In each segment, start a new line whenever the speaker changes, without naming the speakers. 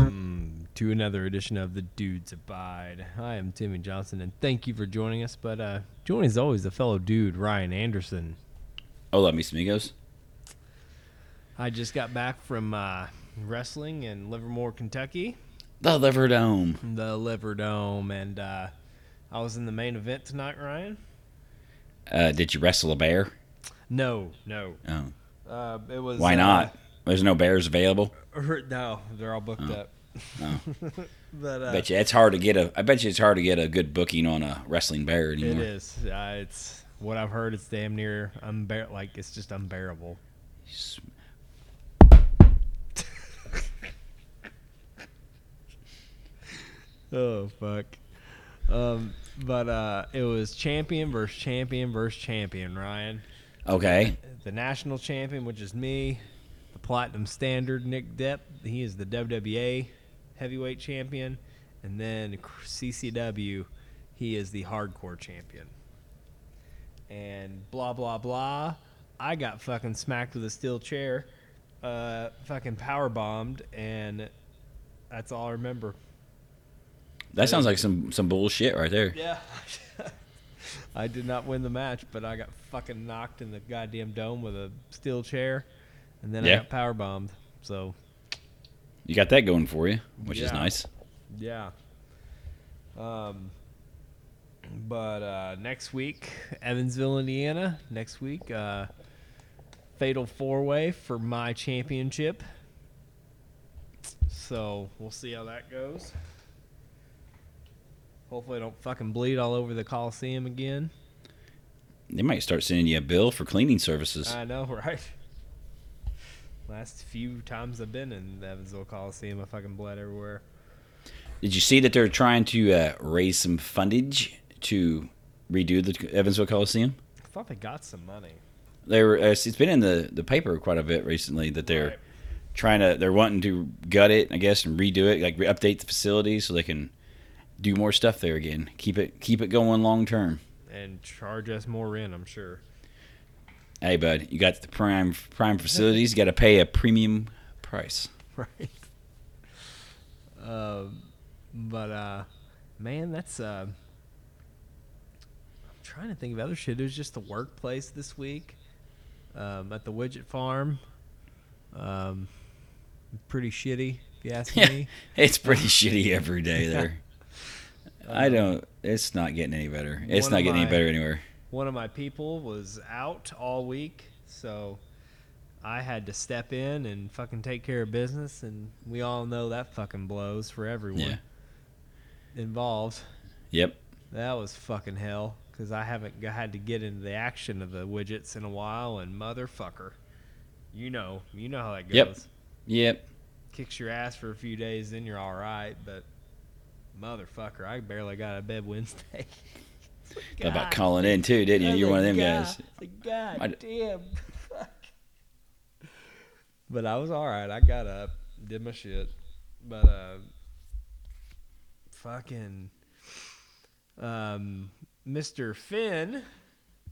Mm, to another edition of The Dudes Abide. I am Timmy Johnson, and thank you for joining us. But uh, joining as always the fellow dude, Ryan Anderson.
Hola, mis Oh, amigos.
I just got back from uh, wrestling in Livermore, Kentucky,
The Lever Dome.
the Liver Dome, and uh, I was in the main event tonight, Ryan.
Uh, did you wrestle a bear?
No, no.
Oh.
Uh, it was
Why
uh, er,
not? There's no bears available.
no, they're all booked up. but uh,
Oh. bet you it's hard to get a. I bet you it's hard to get a good booking on a wrestling bear
It
anymore.
is. Uh, it's what I've heard. It's damn near unbear. Like it's just unbearable. oh fuck. Um, but uh, it was champion versus champion versus champion. Ryan,
Okay.
the national champion, which is me, the platinum standard, Nick Depp. He is the WWA heavyweight champion, and then CCW, he is the hardcore champion. And blah blah blah. I got fucking smacked with a steel chair, uh, fucking power bombed, and that's all I remember.
That sounds like some some bullshit right there.
Yeah. I did not win the match, but I got fucking knocked in the goddamn dome with a steel chair, and then I
Yeah.
got power bombed. So
You got that going for you, which is
Yeah.
nice.
yeah. Um. But uh, next week, Evansville, Indiana. Next week, uh, fatal four way for my championship. So we'll see how that goes. Hopefully, I don't fucking bleed all over the Coliseum again.
They might start sending you a bill for cleaning services.
I know, right? Last few times I've been in the Evansville Coliseum, I fucking bled everywhere.
Did you see that they're trying to uh, raise some fundage to redo the Evansville Coliseum?
I thought they got some money.
They were. Uh, it's been in the the paper quite a bit recently that they're
Right.
trying to. They're wanting to gut it, I guess, and redo it, like re- update the facility so they can do more stuff there again. Keep it keep it going long term.
And charge us more rent, I'm sure.
Hey, bud, you got the prime prime facilities. You got to pay a premium price.
Right. Um, but, uh, man, that's, uh, I'm trying to think of other shit. It was just the workplace this week um, at the Widget Farm. Um, pretty shitty, if you ask me.
It's pretty shitty every day there. I don't. It's not getting any better. It's
one
not
of
getting any
my-
better anywhere.
one of my people was out all week, so I had to step in and fucking take care of business, and we all know that fucking blows for everyone
Yeah.
involved.
Yep.
That was fucking hell because I haven't g- had to get into the action of the widgets in a while, and motherfucker, you know, you know how that goes.
Yep. Yep.
Kicks your ass for a few days, then you're all right, but motherfucker, I barely got out of bed Wednesday.
About calling in too, didn't you? You're one of them guys.
God
I d-
damn. but I was all right. I got up, did my shit, but uh, fucking, um, Mr. Finn,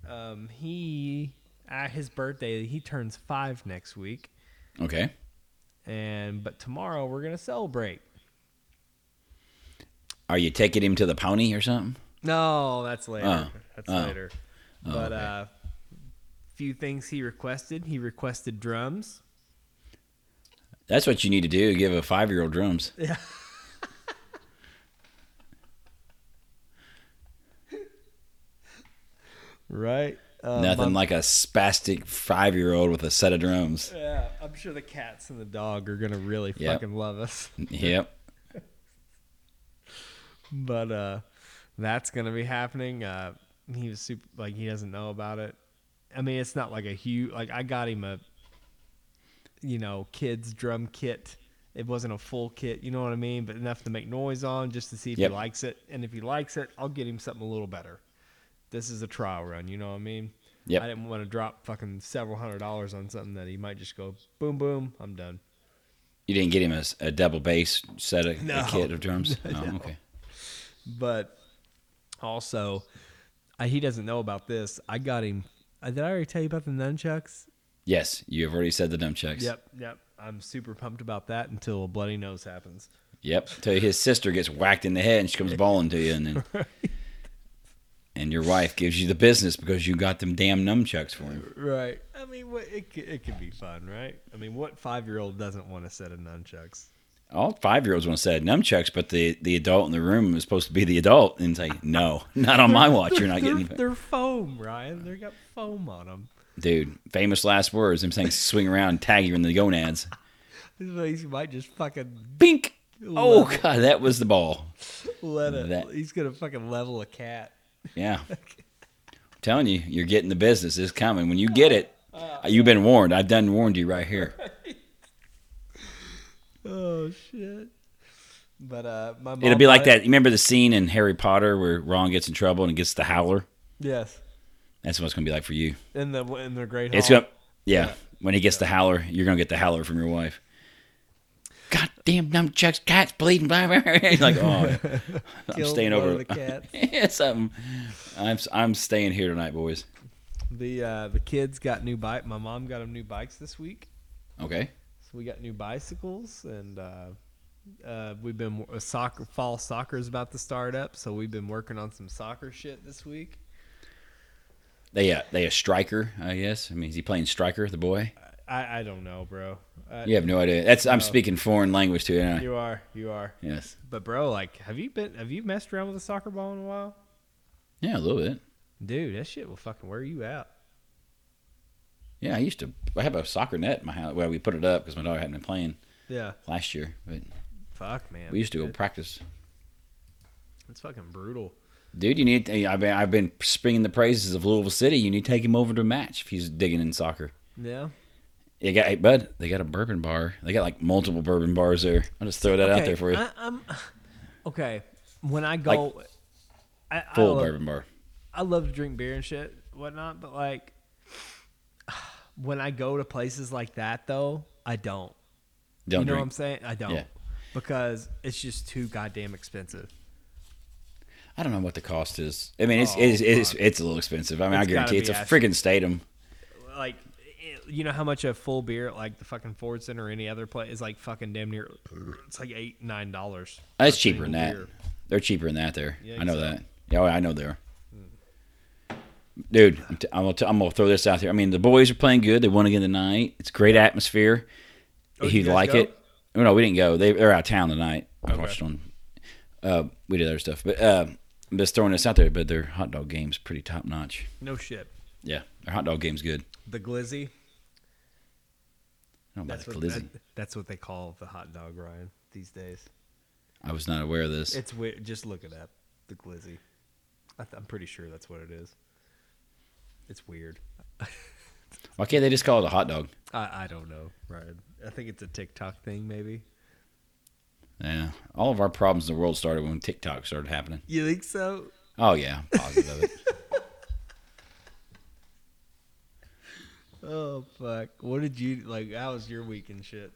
um, he at his birthday he turns five next week,
Okay.
and but tomorrow we're gonna celebrate.
Are you taking him to the pony or something?
No, that's later.
Oh.
That's
Oh.
later.
Oh,
but
okay.
uh few things he requested. He requested drums.
That's what you need to do. Give a five year old drums.
Yeah. Right. Uh,
Nothing
my-
like a spastic five year old with a set of drums.
Yeah, I'm sure the cats and the dog are gonna really
Yep.
fucking love us.
Yep.
But uh that's gonna be happening. Uh he was super like he doesn't know about it. I mean it's not like a huge like I got him a you know, kids drum kit. It wasn't a full kit, you know what I mean? But enough to make noise on just to see if
Yep.
he likes it. And if he likes it, I'll get him something a little better. This is a trial run, you know what I mean?
Yep.
I didn't want to drop fucking several hundred dollars on something that he might just go boom boom, I'm done.
You didn't get him a, s- a double bass set of
No.
a kit of drums? Oh, okay.
but also I, he doesn't know about this. I got him. uh, Did I already tell you about the nunchucks?
Yes, you have already said the dumb checks.
Yep, yep. I'm super pumped about that until a bloody nose happens.
Yep. Till his sister gets whacked in the head and she comes bawling to you, and then and your wife gives you the business because you got them damn nunchucks for him.
Right. I mean, what, it c- it could be fun, right? I mean, what five year old doesn't want a set of nunchucks?
All five year olds want to set nunchucks, but the the adult in the room is supposed to be the adult and say, "No, not on my watch. You're not
they're,
getting."
They're foam, Ryan. They got foam on them.
Dude, famous last words. Him saying, "Swing around, and tag you in the gonads."
He might just fucking
Bink. Oh
Love
god, that was the ball.
let it.
That-
He's gonna fucking level a cat.
Yeah. I'm telling you, you're getting the business. It's coming. When you get it, you've been warned. I've done warned you right here.
Oh shit. But uh, my mom
It'll be
bought
like
it-
that. You remember the scene in Harry Potter where Ron gets in trouble and gets the howler?
Yes.
That's what it's going to be like for you.
In the in the great.
It's
hall.
going to, yeah. When he gets the howler, you're going to get the howler from your wife. Goddamn nunchucks, cats bleeding, blah, blah, blah. You're like, oh, I'm
Killed
staying
one
over.
of the cats.
yeah, something. I'm, I'm staying here tonight, boys.
The uh, the kids got new bike. My mom got them new bikes this week,
Okay.
so we got new bicycles, and uh, uh, we've been uh, soccer. Fall soccer is about to start up, so we've been working on some soccer shit this week.
They, uh, they a striker, I guess. I mean, is he playing striker, the boy?
I, I don't know, bro. Uh,
You have no idea. That's I'm
No.
speaking foreign language to you. aren't I?
You are, you are.
Yes.
But bro, like, have you been? Have you messed around with a soccer ball in a while?
Yeah, a little bit.
Dude, that shit will fucking wear you out.
Yeah, I used to. I have a soccer net in my house. Well, we put it up because my daughter hadn't been playing
Yeah.
last year. But
Fuck, man.
we used to go
It-
practice.
It's fucking brutal.
Dude, you need. I've been, I've been springing the praises of Louisville City. You need to take him over to a match if he's digging in soccer.
Yeah.
They got, hey, bud. They got a bourbon bar. They got like multiple bourbon bars there. I'll just throw that out there for you.
I, I'm, okay. When I go, I, I,
Full
love,
bourbon bar.
I love to drink beer and shit, whatnot. But like, when I go to places like that, though, I don't.
Don't
you know what I'm
drink.
saying? I don't
Yeah.
because it's just too goddamn expensive.
I don't know what the cost is. I mean, it's
Oh,
it's, it's it's a little expensive. I mean,
It's gotta
I guarantee it's
be
a
ashy.
freaking statum.
Like, it- you know how much a full beer at like the fucking Ford Center or any other place is like fucking damn near. It's like eight nine dollars.
That's
for a
cheaper than that.
single beer.
They're cheaper than that. There,
Yeah,
I know
exactly.
that. Yeah, oh, I know they are. Dude, I'm, t- I'm, gonna t- I'm gonna throw this out there. I mean, the boys are playing good. They won again tonight. It's great atmosphere.
Oh,
if
you
you
guys
like
go?
it, well, no, we didn't go. They, they're out of town tonight. I
Okay.
watched on. Uh, we did other stuff, but uh, I'm just throwing this out there. But their hot dog game's pretty top notch.
No shit.
Yeah, their hot dog game's good.
The glizzy.
I don't know
That's
about the
what
glizzy.
that- that's what they call the hot dog, Ryan. These days,
I was not aware of this.
it's weird. Just look it up. The glizzy. I th- I'm pretty sure that's what it is. It's weird.
Why can't they just call it a hot dog?
I, I don't know, Ryan. I think it's a TikTok thing, maybe.
Yeah, all of our problems in the world started when TikTok started happening.
You think so?
Oh yeah, I'm positive of it.
Oh fuck! What did you like? How was your week and shit?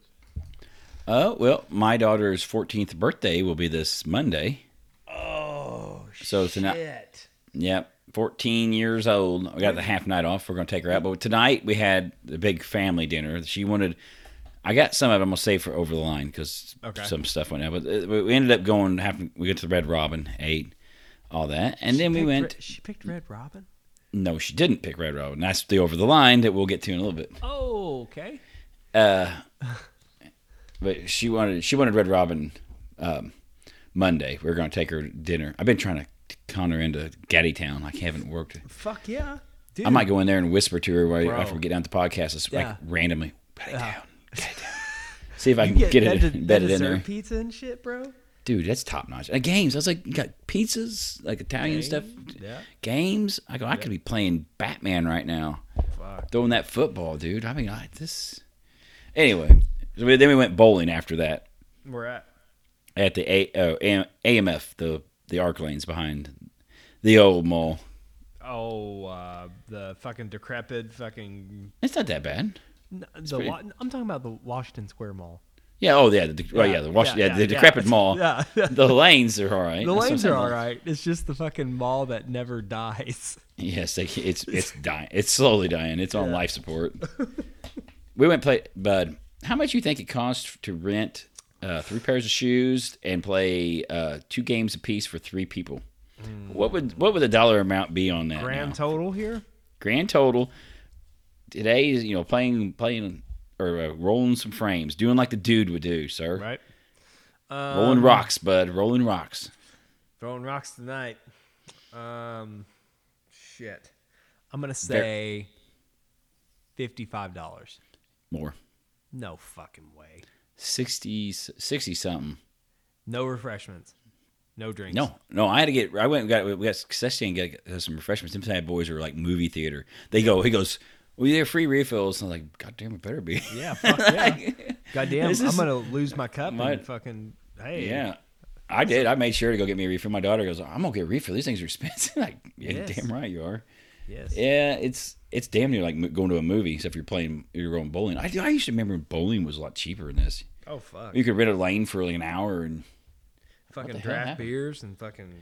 Oh, well, my daughter's 14th birthday will be this Monday.
Oh
So tonight-
shit!
Yep. 14 years old. I got the half night off. We're going to take her out. But tonight we had the big family dinner. She wanted, I got some of it I'm going to save for over the line because
Okay.
some stuff went out. But uh, we ended up going, having, we went to the Red Robin, ate all that. And then we
Picked
went,
Re- she picked Red Robin.
no, she didn't pick Red Robin. That's the over the line that we'll get to in a little bit.
Oh okay.
Uh, But she wanted she wanted Red Robin um, Monday. We are going to take her to dinner. I've been trying to con her into Gaddy Town. I haven't worked.
Fuck yeah, dude.
I might go in there and whisper to her while,
Bro.
after we get down to the podcast, just
Yeah.
like randomly. Gaddy
Yeah.
Town. Gaddy Town. See if I can
You
get,
that de-
it
that
embedded in
dessert
there.
Pizza and shit, bro.
Dude, that's top notch. At games, I was like, you got pizzas, like Italian
Games,
stuff.
yeah.
Games. I go, I could be playing Batman right now
Fuck.
throwing that football, dude. I mean, I, this. Anyway, so we- then we went bowling after that
We're at.
at the A, oh, AM, AMF, the the arc lanes behind the old mall.
Oh, uh, the fucking decrepit fucking.
It's not that bad.
n- The
pretty-
wa- I'm talking about the Washington Square Mall.
Yeah. Oh, yeah. The, yeah, well,
Yeah,
yeah. The Wash,
yeah,
yeah,
yeah,
the
yeah.
decrepit mall.
Yeah.
The lanes are all right.
The
That's what I'm
lanes
saying.
are all right. It's just the fucking mall that never dies.
Yes, they, it's it's dying. It's slowly dying. It's on life support. we went play, bud. How much you think it costs to rent uh, three pairs of shoes and play uh, two games apiece for three people. What would what would the dollar amount be on that?
Hmm. Grand
now?
total here.
grand total today is you know playing playing or uh, rolling some frames, doing like the dude would do, sir.
Right. Um,
Rolling rocks, bud. Rolling rocks.
Throwing rocks tonight. Um, shit. I'm gonna say fifty-five dollars.
More.
No fucking way.
60, 60 something.
No refreshments. No drinks.
No, no. I had to get. I went and got. We got Cessie and got got some refreshments. Them sad boys are like movie theater. They go. He goes. We well, are free refills. And I was like, God damn, it better be.
Yeah. Fuck yeah. Goddamn.
This
I'm
is-
gonna lose my cup
My-
and fucking. Hey.
Yeah. I did. I made sure to go get me a refill. My daughter goes, I'm gonna get a refill. These things are expensive. like, yeah,
Yes.
damn right you are.
Yes.
Yeah, it's it's damn near like mo- going to a movie except you're playing your own bowling. I, I used to remember bowling was a lot cheaper than this.
Oh fuck.
You could rent a lane for like an hour and
fucking
hell
draft
happened?
beers and fucking.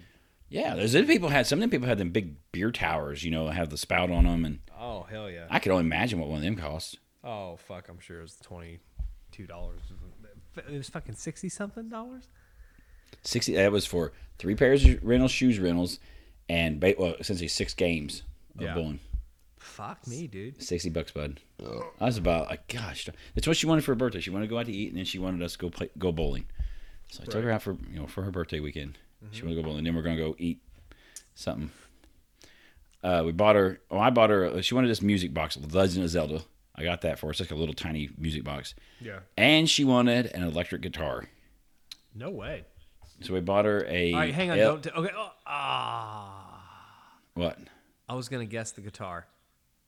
yeah, those other people had some of them people had them big beer towers. You know, have the spout on them, and
Oh hell yeah.
I could only imagine what one of them cost.
Oh fuck. I'm sure it was twenty-two dollars. It was fucking sixty something dollars.
Sixty. That was for three pairs of rental shoes rentals, and ba- well, essentially six games of
Yeah.
bowling.
Fuck me, dude.
Sixty bucks, bud. I was about like, gosh, that's what she wanted for her birthday. She wanted to go out to eat, and then she wanted us to go play, go bowling. So I took her out for you know for her birthday weekend. She wanted to go bowling. Then we're gonna go eat something. Uh, we bought her. Oh, I bought her. She wanted this music box, Legend of Zelda. I got that for her. It's like a little tiny music box,
Yeah.
and she wanted an electric guitar.
No way.
So we bought her a.
All right, hang on.
el-
Don't. T- okay. Oh, ah.
what?
I was gonna guess the guitar.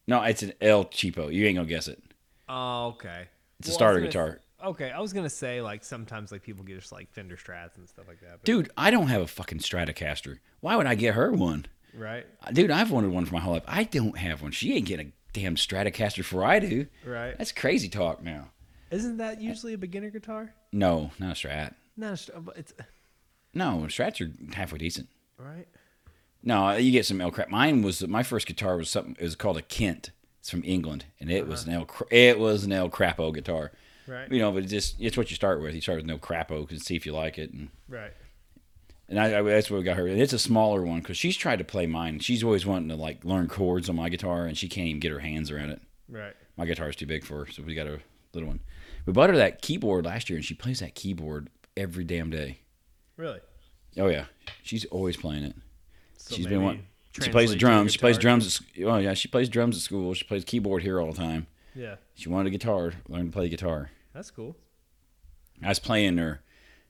No, it's an El Cheapo. You ain't gonna guess it.
Oh, okay.
It's a
Well, I
starter
was gonna s-
guitar.
okay, I was gonna say like sometimes like people get just like Fender Strats and stuff like that. But,
Dude, I don't have a fucking Stratocaster. Why would I get her one?
Right.
Dude, I've wanted one for my whole life. I don't have one. She ain't getting a damn Stratocaster before I do.
Right.
That's crazy talk now.
Isn't that usually a beginner guitar?
No, not a Strat.
No, it's, uh, it's
No, Strats are halfway decent.
right.
No, you get some L crap. Mine was my first guitar was something. It was called a Kent. It's from England, and it was an El. Cra- It was an El Crapo guitar.
Uh-huh. Right.
You know, but it just it's what you start with. You start with no Crapo and see if you like it. And
Right.
And I, I, that's what we got her. And it's a smaller one because she's tried to play mine. She's always wanting to like learn chords on my guitar, and she can't even get her hands around it.
Right.
My guitar's too big for her, so we got a little one. We bought her that keyboard last year, and she plays that keyboard every damn day.
Really.
Oh yeah, she's always playing it.
So
she's
maybe
been one. She plays the
translate to your
drums. She plays
guitar.
drums. At, sc- oh yeah, she plays drums at school. She plays keyboard here all the time.
Yeah,
She wanted a guitar. Learn to play guitar.
that's cool.
I was playing her.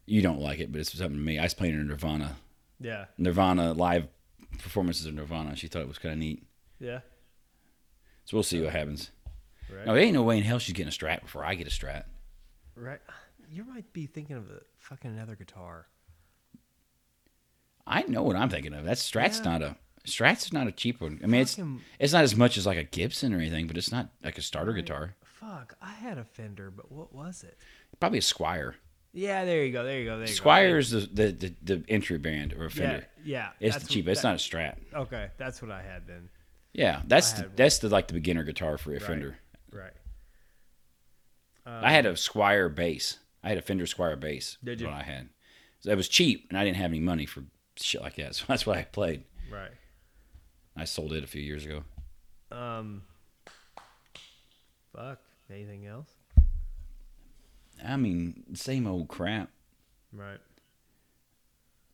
You don't like it, but it's something to me. I was playing her Nirvana.
Yeah.
Nirvana live performances of Nirvana. She thought it was kind of neat.
Yeah.
So we'll see what happens.
Right.
No, there ain't no way in hell she's getting a strat before I get a strat.
Right. You might be thinking of a, fucking another guitar.
I know what I'm thinking of. That's strat's
Yeah.
not a strat's not a cheap one. I mean, it's
Fucking-
it's not as much as like a Gibson or anything, but it's not like a starter guitar.
Fuck, I had a Fender, but what was it?
Probably a Squire.
Yeah, there you go. There you go. There you
Squire is the, the, the, the entry brand or
go. Yeah,
a Fender.
Yeah.
It's
that's
the cheapest.
what-
It's not a Strat.
that- Okay, that's what I had then.
Yeah, that's
I had
the,
one.
that's the like the beginner guitar for a
Right.
Fender.
Right. Um,
I had a Squire bass. I had a Fender Squire bass.
Did
is
you?
What I had. So that was cheap, and I didn't have any money for shit like that. So that's what I played.
Right.
I sold it a few years ago.
Um. Fuck. Anything else?
I mean, same old crap.
Right.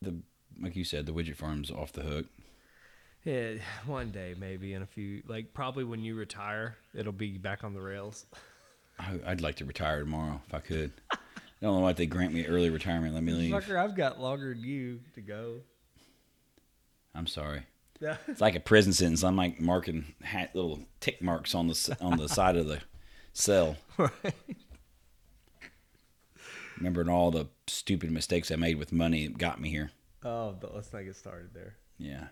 The like you said, the widget farm's off the hook.
Yeah, one day maybe in a few, like probably when you retire, it'll be back on the rails.
I, I'd like to retire tomorrow if I could. I don't know why they grant me early retirement. Let me leave.
Fucker, I've got longer than you to go.
I'm sorry.
Yeah.
It's like a prison sentence. I'm like marking hat, little tick marks on the s- on the side of the cell.
Right.
Remembering all the stupid mistakes I made with money that got me here.
Oh, but let's not get started there.
Yeah.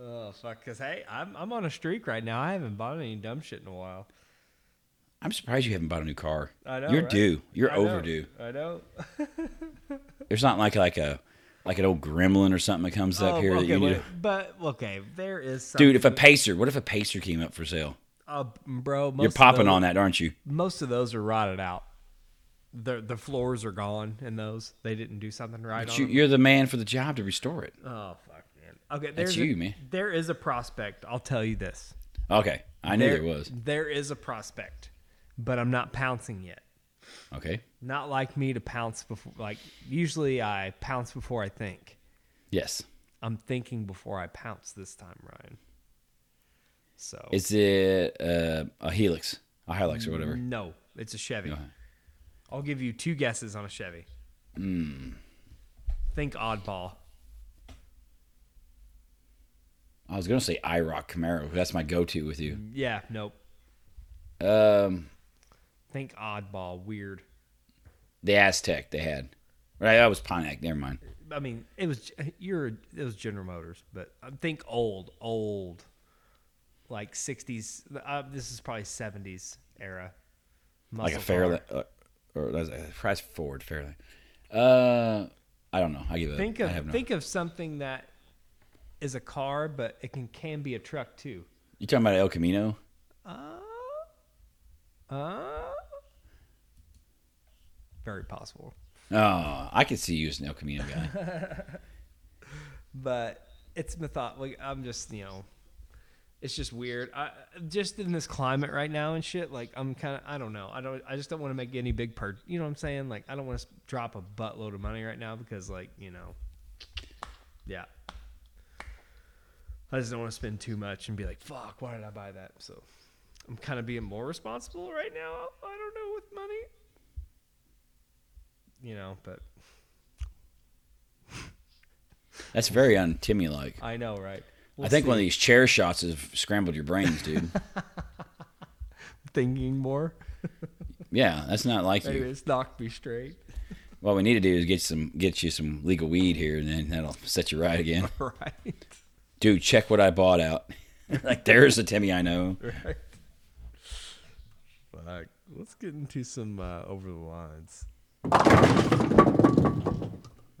Oh fuck! Cause hey, I'm I'm on a streak right now. I haven't bought any dumb shit in a while.
I'm surprised you haven't bought a new car.
I know.
You're
right?
due. You're
I know.
overdue.
I know.
There's not like like a like an old gremlin or something that comes up
Oh,
here
okay,
that you need
wait,
to-
but okay, there is something.
Dude, if a pacer, what if a pacer came up for sale?
uh, bro, most
You're popping
of those,
on that, aren't you?
Most of those are rotted out. the the floors are gone in those. They didn't do something right.
But
on
you,
them.
you're the man for the job to restore it.
Oh fuck, man. Okay, there's
you,
a,
man.
There is a prospect. I'll tell you this.
Okay, I knew there, was.
There is a prospect, but I'm not pouncing yet.
Okay,
Not like me to pounce before. Like usually, I pounce before I think.
yes.
I'm thinking before I pounce this time, Ryan. So
Is it uh, a Helix, a Hilux, or whatever?
no, it's a Chevy.
Okay.
I'll give you two guesses on a Chevy.
Hmm.
Think oddball.
I was gonna say IROC Camaro. That's my go-to with you.
Yeah, nope.
Um,
Think oddball. Weird.
the Aztec they had. Right, that was Pontiac. Never mind.
I mean, it was you're it was General Motors, but I think old, old, like '60s. Uh, this is probably '70s era.
like a
muscle car.
Fairlane, uh, or that's a price Ford Fairlane. Uh, I don't know. I give it.
Think
I have
of
no.
think of something that is a car, but it can can be a truck too.
You talking about El Camino?
Uh, uh, very possible,
Oh, I could see you as an El Camino guy.
but it's method. Like I'm just you know, it's just weird. I just in this climate right now and shit. Like I'm kind of I don't know. I don't. I just don't want to make any big per. You know what I'm saying? Like I don't want to drop a buttload of money right now because like you know, yeah. I just don't want to spend too much and be like, fuck, why did I buy that? So I'm kind of being more responsible right now. I don't know with money. You know, but
That's very un Timmy like.
I know, right?
I think one of these chair shots has scrambled your brains, dude.
thinking more.
yeah, that's not like
Maybe
you.
it's knocked me straight.
What we need to do is get some, get you some legal weed here, and then that'll set you right again,
right.
dude. Check what I bought out. like there's a Timmy I know.
Right. Fuck. Let's get into some uh, over the lines.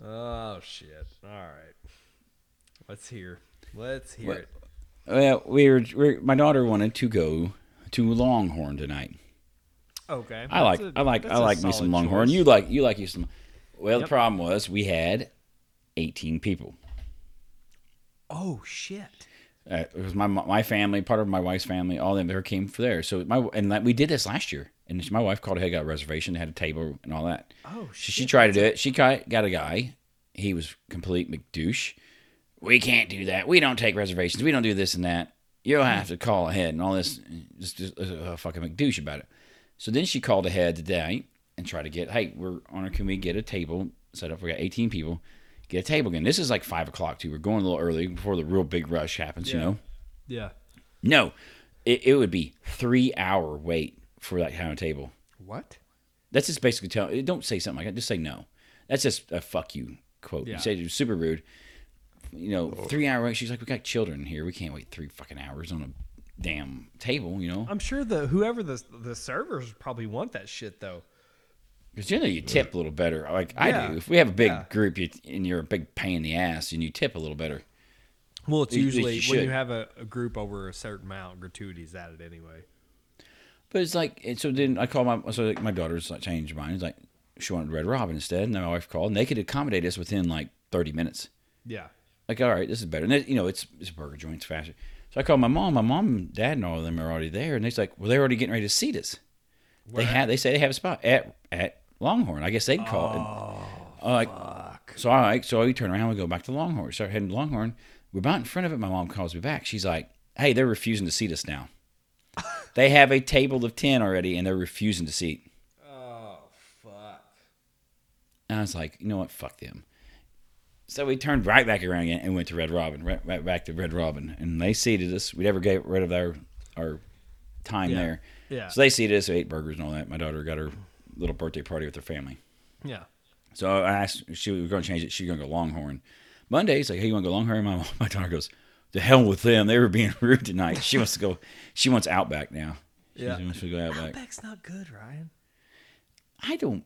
Oh shit. All right. Let's hear. Let's hear
What-
it.
Well, we were, we were, my daughter wanted to go to Longhorn tonight.
Okay.
I like I like I like me some Longhorn. You like you like you some. Well, the
Yep.
problem was we had eighteen people.
Oh shit.
Uh, it was my my family, part of my wife's family, all them there came for there. So my and like, we did this last year, and my wife called ahead, got a reservation, had a table and all that.
Oh
She,
shit.
she tried to do it. She got, got a guy. He was complete McDouche. We can't do that. We don't take reservations. We don't do this and that. You'll have to call ahead and all this. Just, just uh, fucking McDouche about it. So then she called ahead today and tried to get, hey, we're on. Can we get a table set up? We got 18 people. Get a table again. This is like five o'clock too. We're going a little early before the real big rush happens. You
Yeah.
know.
Yeah.
No, it, it would be three hour wait for that kind of table.
What?
That's just basically tell. eh, Don't say something like that. Just say no. That's just a fuck you quote.
Yeah.
You say it super rude. You know, three hour wait. She's like, we got children here. We can't wait three fucking hours on a damn table. You know,
I'm sure the whoever the the servers probably want that shit though.
because generally you tip a little better. Like I
Yeah.
do. If we have a big
Yeah.
group you, and you're a big pain in the ass, and you tip a little better.
Well, it's
You- you
usually
should.
when you have a, a group over a certain amount, gratuities added anyway.
But it's like, and so then I call my so like my daughter's like changed her mind. It's like she wanted Red Robin instead, and then my wife called, and they could accommodate us within like thirty minutes.
Yeah.
like all right this is better and it, you know it's it's a burger joint it's faster so i called my mom my mom and dad and all of them are already there and they's like well they're already getting ready to seat us they had they say they have a spot at at longhorn i guess they'd call it oh like so i like so we turn around we go back to longhorn start heading to longhorn we're about in front of it my mom calls me back she's like hey they're refusing to seat us now they have a table of 10 already and they're refusing to seat
Oh fuck.
and I was like, you know what? Fuck them. So we turned right back around again and went to Red Robin, right, right back to Red Robin. And they seated us. We never got rid of our, our time
Yeah.
there.
Yeah.
So they seated us, ate burgers and all that. My daughter got her little birthday party with her family.
Yeah.
So I asked, she we were going to change it. She was going to go Longhorn. Monday's like, hey, you want to go Longhorn? My, my daughter goes, the hell with them. They were being rude tonight. She wants to go, she wants Outback now. She
Yeah.
wants to go Outback.
Outback's not good, Ryan.
I don't.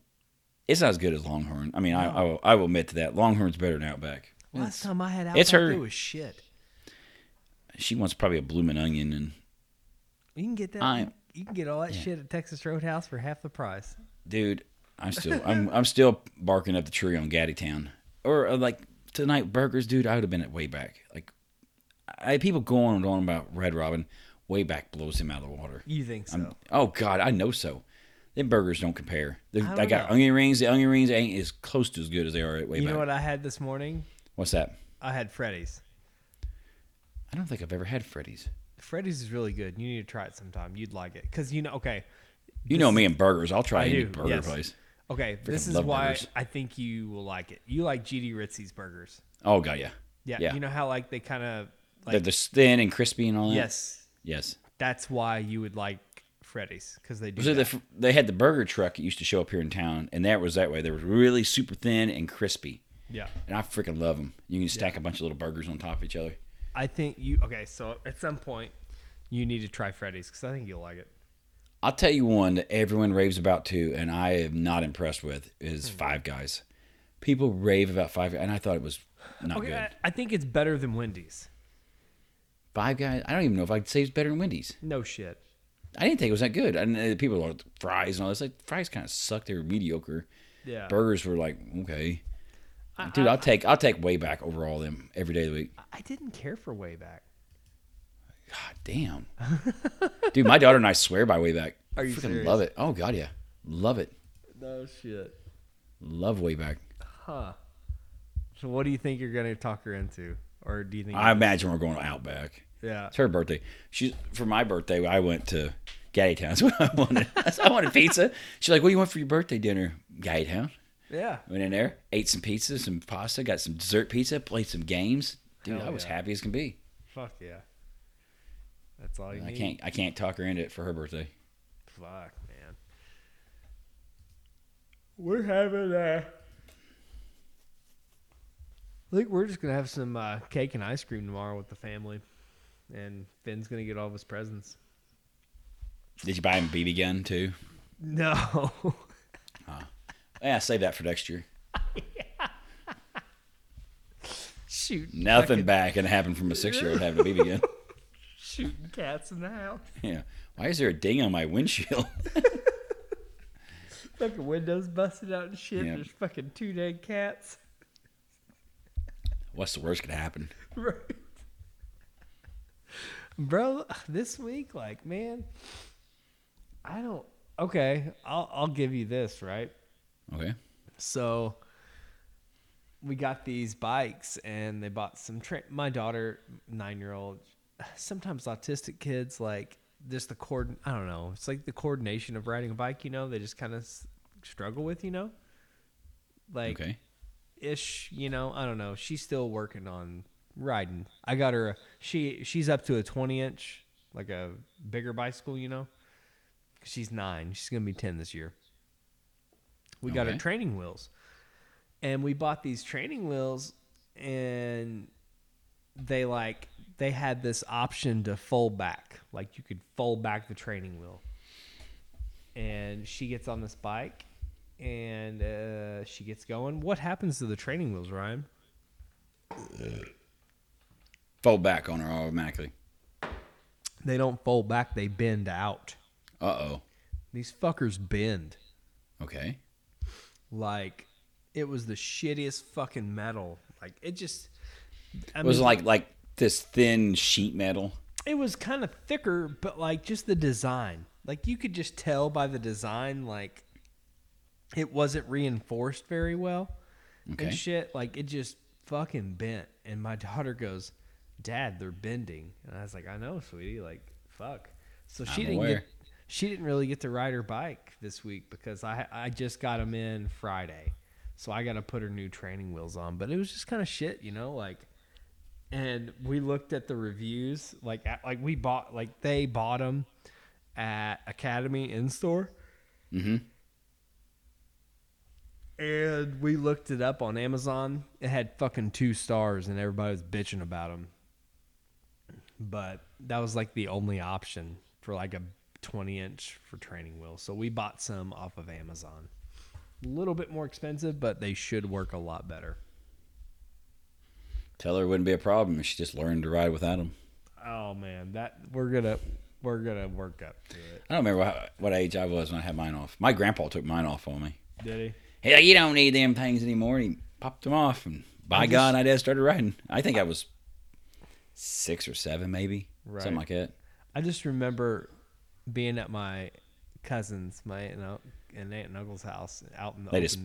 It's not as good as Longhorn. I mean, I, I, will, I will admit to that. Longhorn's better than Outback.
Last time I had Outback,
it's her-
it was shit.
She wants probably a bloomin' onion, and
You can get that.
I-
you can get all that shit at Texas Roadhouse for half the price.
dude, I'm still I'm I'm still barking up the tree on Gaddy Town or uh, like tonight burgers, dude. I would have been at way back. Like, I people go on and on about Red Robin. Way back blows him out of the water.
You think so?
I'm- oh God, I know so. Them burgers don't compare. The,
I
I,
don't
got
know.
onion rings. The onion rings ain't as close to as good as they are at way
you
back.
know what I had this morning?
What's that?
I had Freddy's.
I don't think I've ever had Freddy's.
Freddy's is really good. You need to try it sometime. You'd like it because you know. Okay,
You know me and burgers. I'll try
I
any
do,
burger
yes.
place.
okay. This
Freaking
is
love
why
burgers.
I think you will like it. You like GD Ritzy's burgers.
Oh God, yeah.
Yeah,
Yeah.
You know how like they kind of
They're
like
the thin and crispy and all that.
yes.
Yes.
That's why you would like Freddy's because they do.
So
that.
the, they had the burger truck that used to show up here in town, and that was that way. They were really super thin and crispy,
yeah.
and I freaking love them. You can stack a bunch of little burgers on top of each other.
I think you okay. So at some point, you need to try Freddy's because I think you'll like it.
I'll tell you one that everyone raves about too, and I am not impressed with is
Hmm.
Five Guys. People rave about Five Guys, and I thought it was not
Okay,
good.
I, I think it's better than Wendy's.
Five Guys. I don't even know if I'd say it's better than Wendy's.
No shit.
I didn't think it was that good. And uh, people are fries and all this. Like fries kind of sucked. They were mediocre.
Yeah.
Burgers were like okay. Dude, I'll take I'll take way back over all them every day of the week.
I didn't care for way back.
God damn. Dude, my daughter and I swear by way back.
Are you
Freaking
serious?
love it. Oh god, yeah. Love it.
No shit.
Love way back.
Huh. So what do you think you're gonna talk her into, or do you think?
I imagine we're going to Outback.
yeah.
It's her birthday. She's for my birthday. I went to Gaddy Town. That's what I wanted. That's- I wanted pizza. She's like, "What do you want for your birthday dinner?" Gaddy Town.
Yeah.
Went in there, ate some pizza, some pasta, got some dessert pizza, played some games. Dude,
Hell
I was
yeah.
happy as can be.
Fuck yeah. That's all you
I
need.
can't. I can't talk her into it for her birthday.
Fuck man. We're having a. I think we're just gonna have some uh, cake and ice cream tomorrow with the family, and Finn's gonna get all of his presents.
Did you buy him a BB gun too?
No.
Yeah, save that for next year.
Shoot.
Nothing bad can happen from a six-year-old having a BB gun.
Shooting cats in the house.
Yeah. Why is there a ding on my windshield?
Fucking windows busted out and shit.
Yeah.
There's fucking two dead cats.
What's the worst could happen?
Right. Bro, this week, like, man, I don't. Okay, I'll I'll give you this, right?
Okay.
So we got these bikes, and they bought some. Tra- my daughter, nine year old, sometimes autistic kids like just the cord. I don't know. It's like the coordination of riding a bike. You know, they just kind of s- struggle with. You know, like
Okay.
ish you know i don't know she's still working on riding i got her a, she she's up to a 20 inch like a bigger bicycle you know 'Cause she's nine she's gonna be 10 this year we got her
Okay.
training wheels and we bought these training wheels and they like they had this option to fold back like you could fold back the training wheel and she gets on this bike and uh, she gets going what happens to the training wheels ryan
Fold back on her automatically.
they don't fold back they bend out
Uh oh.
these fuckers bend
Okay.
like it was the shittiest fucking metal like it just I
It was
mean,
like like this thin sheet metal.
it was kind of thicker, but like just the design. Like you could just tell by the design, like it wasn't reinforced very well
Okay.
and shit. Like it just fucking bent. And my daughter goes, "Dad, they're bending." And I was like, "I know, sweetie. Like fuck." So she
I'm
didn't
aware.
get. She didn't really get to ride her bike this week because I I just got them in Friday, so I got to put her new training wheels on. But it was just kind of shit, you know, like and we looked at the reviews like at, like we bought like they bought them at academy in store
Mhm.
and we looked it up on amazon it had fucking two stars and everybody was bitching about them but that was like the only option for like a 20 inch for training wheels so we bought some off of amazon a little bit more expensive but they should work a lot better
Tell her it wouldn't be a problem if she just learned to ride without them.
oh man that we're gonna we're gonna work up to it
I don't remember how, what age I was when I had mine off. My grandpa took mine off on me.
Did
Hey, you don't need them things anymore. And he popped them off, and by
I'm
God, I just started riding. I think I was six or seven, maybe
Right.
something like that.
I just remember being at my cousin's, my aunt and, un- and aunt and uncle's house out in the
They
open.
just-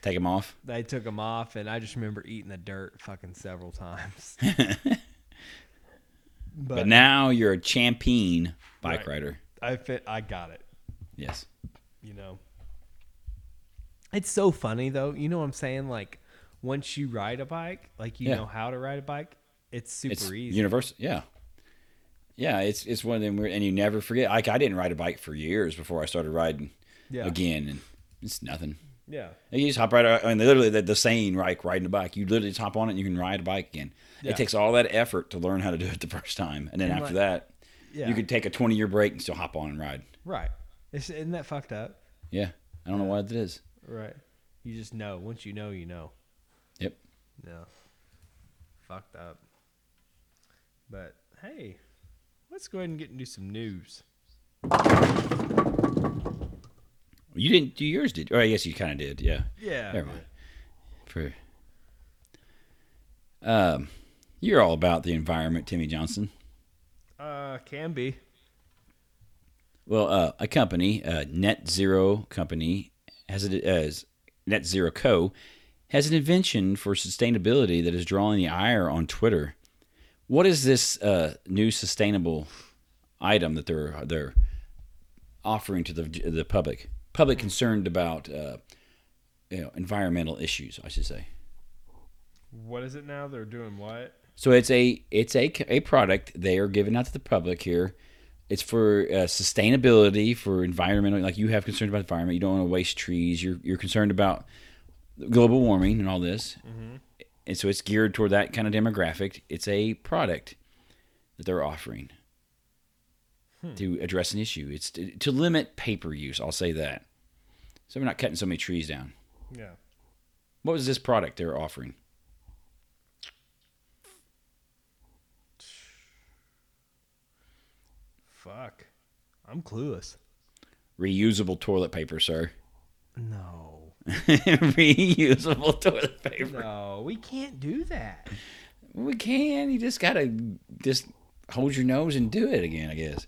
Take them off.
they took them off, and I just remember eating the dirt fucking several times. but,
But now you're a champion bike
Right.
rider.
I fit. I got it.
Yes.
You know. It's so funny though. You know what I'm saying? Like once you ride a bike, like you
Yeah.
know how to ride a bike, it's super
it's
easy.
universal. Yeah, yeah. It's it's one of them, weird, and you never forget. Like I didn't ride a bike for years before I started riding
Yeah.
again, and it's nothing.
yeah.
You just hop right. I mean, literally the, the saying, right? Riding a bike. You literally just hop on it, and you can ride a bike again.
Yeah.
It takes all that effort to learn how to do it the first time, and then
And
after
like-
that,
Yeah.
you could take a twenty year break and still hop on and ride.
Right. It's, isn't that fucked up?
Yeah, I don't know what it is.
Right. You just know. Once you know, you know.
Yep.
No. Fucked up. But hey, let's go ahead and get into some news.
You didn't do yours, did? you? Or I guess you kind of did. Yeah.
Yeah.
Never mind. For um, you're all about the environment, Timmy Johnson.
Uh, can be.
Well, uh, a company, uh, Net Zero Company, has it as Net Zero Co. has an invention for sustainability that is drawing the ire on Twitter. What is this uh, new sustainable item that they're they're offering to the the public? Public concerned about uh, you know environmental issues, I should say.
What is it now? They're doing what?
So it's a it's a a product they are giving out to the public here. It's for uh, sustainability, for environmental. Like you have concern about environment, you don't want to waste trees. You're you're concerned about global warming and all this, and so it's geared toward that kind of demographic. It's a product that they're offering to address an issue. It's to, to limit paper use. I'll say that. So we're not cutting so many trees down.
Yeah.
What was this product they're offering?
Fuck. I'm clueless.
Reusable toilet paper, sir.
No.
reusable toilet paper.
No, we can't do that.
We can. You just gotta just hold your nose and do it again. I guess.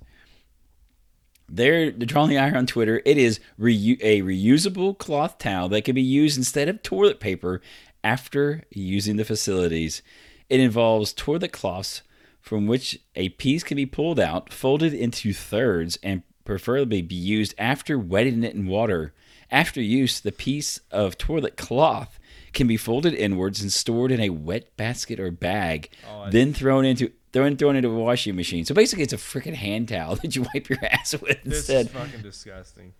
They're, they're drawing the ire on Twitter. It is reu- a reusable cloth towel that can be used instead of toilet paper after using the facilities. It involves toilet cloths from which a piece can be pulled out, folded into thirds, and preferably be used after wetting it in water. After use, the piece of toilet cloth can be folded inwards and stored in a wet basket or bag, then thrown into thrown thrown into a washing machine. So basically, it's a freaking hand towel that you wipe your ass with instead.
fucking disgusting.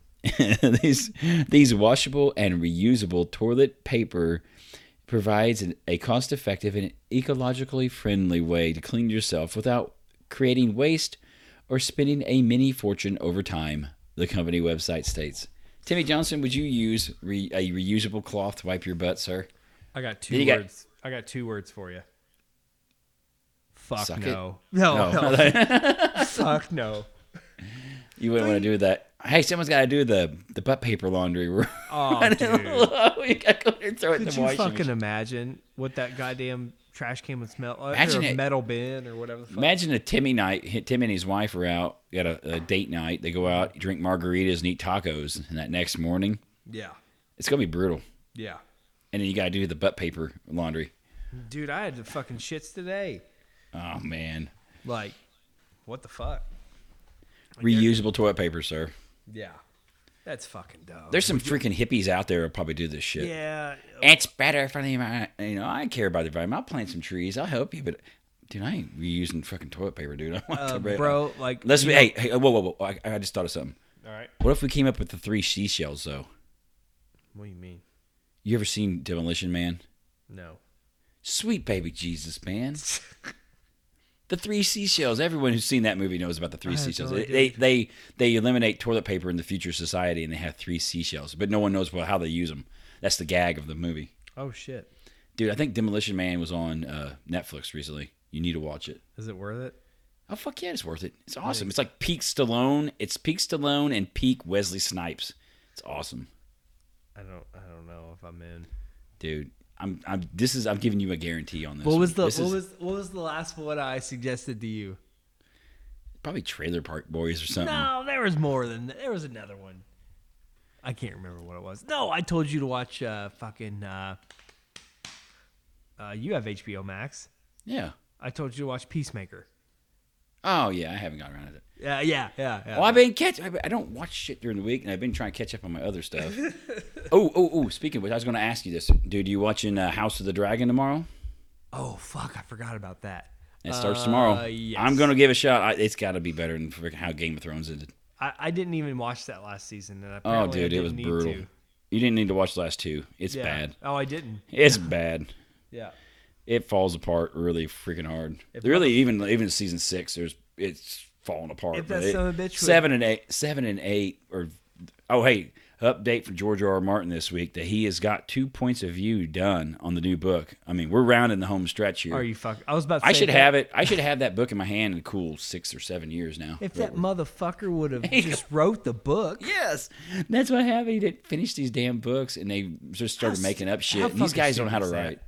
these these washable and reusable toilet paper provides an, a cost-effective and ecologically friendly way to clean yourself without creating waste or spending a mini fortune over time. The company website states. Timmy Johnson, would you use re, a reusable cloth to wipe your butt, sir?
I got two
You got-
words. I got two words for you. Fuck
Suck it?
no. no.
No.
no. Fuck no.
You wouldn't want to do that. Hey, someone's got to do the the butt paper laundry. We're
Oh,
running
dude.
low. We got to go and throw it in
Could
the
you
washing
fucking
machine.
imagine what that goddamn trash can would smell? like,
Imagine
or a
it.
metal bin or whatever. The fuck.
Imagine a Timmy night. hit- Tim and his wife are out. Got a, a date night. They go out, drink margaritas, and eat tacos. And that next morning,
yeah,
it's gonna be brutal.
yeah,
And then you gotta do the butt paper laundry.
dude, I had the fucking shits today.
Oh man,
Like, what the fuck?
reusable toilet paper, sir.
Yeah, that's fucking dumb.
There's some freaking hippies out there who probably do this shit.
yeah,
It's better for the environment. You know, I care about the environment. I'll plant some trees. I'll help you, but dude, I ain't reusing fucking toilet paper, dude. I want
uh,
to re-
bro. Like,
Let's be.
you
Hey, hey, whoa, whoa, whoa! I, I just thought of something.
know- all right.
What if we came up with the three seashells though?
What do you mean?
You ever seen Demolition Man?
No.
Sweet baby Jesus, man. The three seashells. Everyone who's seen that movie knows about the three
I had no
seashells.
idea.
they, they they eliminate toilet paper in the future society, and they have three seashells, but no one knows well how they use them. That's the gag of the movie,
Oh shit.
dude. I think Demolition Man was on uh, Netflix recently. You need to watch it.
Is it worth it?
Oh fuck yeah, it's worth it. It's awesome. It's like peak Stallone. It's peak Stallone and peak Wesley Snipes. It's awesome.
I don't. I don't know if I'm in.
dude. I'm, I'm. This is. I'm giving you a guarantee on this.
What
one.
was the
This
what
is
was what was the last one I suggested to you?
probably Trailer Park Boys or something.
No, there was more than there was another one. I can't remember what it was. No, I told you to watch uh, fucking. Uh, uh, you have HBO Max.
Yeah.
I told you to watch Peacemaker.
Oh yeah, I haven't gotten around to it.
Yeah, yeah, yeah. yeah.
Well, I've been catch. I I don't watch shit during the week, and I've been trying to catch up on my other stuff. oh, oh, oh! Speaking of which, I was going to ask you this, dude. You watching uh, House of the Dragon tomorrow?
oh fuck, I forgot about that.
It starts tomorrow.
Uh, yes.
I'm going to give it a shot. I, it's got to be better than freaking how Game of Thrones ended.
I, I didn't even watch that last season, and
Oh,
apparently I
dude, it
didn't
was
need
brutal.
to.
You didn't need to watch the last two. It's
Yeah.
bad.
Oh, I didn't.
It's bad.
Yeah.
It falls apart really freaking hard. really, even even season six, there's it's falling apart.
If
but
that
it-
son of a bitch would-
seven and eight, seven and eight, or oh hey, update from George R. R. Martin this week that he has got two points of view done on the new book. I mean, we're rounding the home stretch here.
Are you fuck? I was about. to
I
say,
should
if that-
have it. I should have that book in my hand in a cool six or seven years now.
If that motherfucker would have just wrote the book,
Yes, that's what happened. He didn't finish these damn books, and they just started
How
making up
stu-
shit.
how
And these
fucking
guys don't know how to
stupid is that?
write.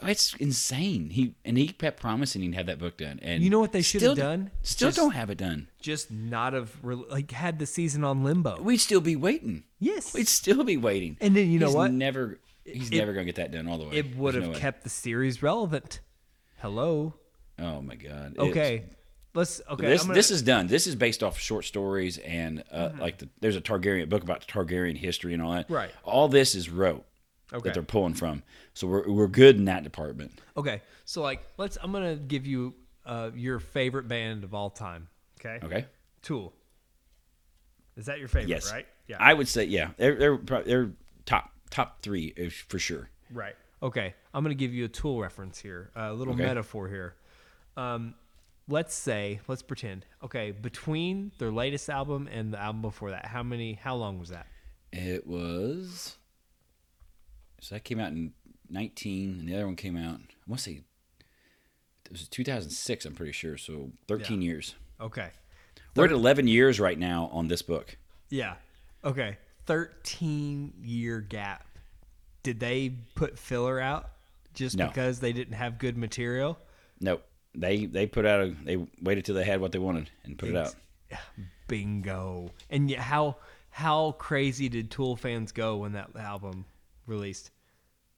Oh, it's insane. He and he kept promising he'd have that book done. And
You know what they should've
still-
done?
Still
Just-
don't have it done.
just not have re- like had the season on limbo.
We'd still be waiting.
Yes,
We'd still be waiting.
And then you know
He's
what?
Never. He's
It-
never gonna get that done all the way.
it would
There's
have
no way.
kept the series relevant. Hello.
Oh my god. It's-
Okay. Let's. Okay.
this
I'm gonna- Mm-hmm.
this is done. This is based off short stories and uh, like the, there's a Targaryen book about Targaryen history and all that.
Right.
All this is wrote
Okay.
that they're pulling from. So we're we're good in that department.
okay. So like, let's. I'm gonna give you uh, your favorite band of all time. Okay.
Okay.
Tool. Is that your favorite?
Yes.
Right. Yeah.
I would say yeah. They're they're, prob- they're top top three if- for sure.
Right. Okay. I'm going to give you a tool reference here, a little
Okay.
metaphor here. Um, let's say, let's pretend. Okay, between their latest album and the album before that, how many? How long was that?
It was. So that came out in 19, and the other one came out. I want to say it was 2006. I'm pretty sure. So 13 years.
Okay.
We're at 11 years right now on this book.
Yeah. Okay. Thirteen year gap. Did they put filler out just
No.
because they didn't have good material?
No, they they put out a they waited till they had what they wanted and put it out.
Bingo. And yet, how how crazy did Tool fans go when that album released?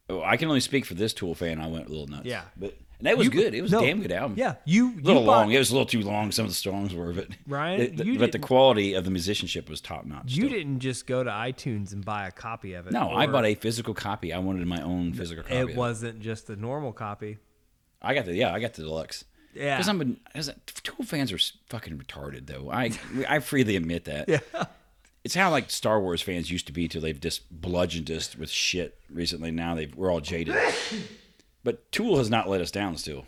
Oh, I can only speak for this Tool fan. I went a little nuts.
Yeah.
but and that was
You-
good. It was
no.
a damn good album.
Yeah, you
Hmm. a little
you bought-
long. It was a little too long. Some of the songs were, but
Ryan,
it-
you
but the
didn't-
quality of the musicianship was top notch.
You
still.
didn't just go to iTunes and buy a copy of it.
No, I
or
bought a physical copy. I wanted my own physical copy. of
It wasn't just the normal copy.
I got the yeah. I got the deluxe.
Yeah.
because I'm a, as a Tool fans are s- fucking retarded though. I I freely admit that. Yeah. It's how like Star Wars fans used to be till they've just bludgeoned us with shit recently. Now they have we're all jaded. but Tool has not let us down. Still,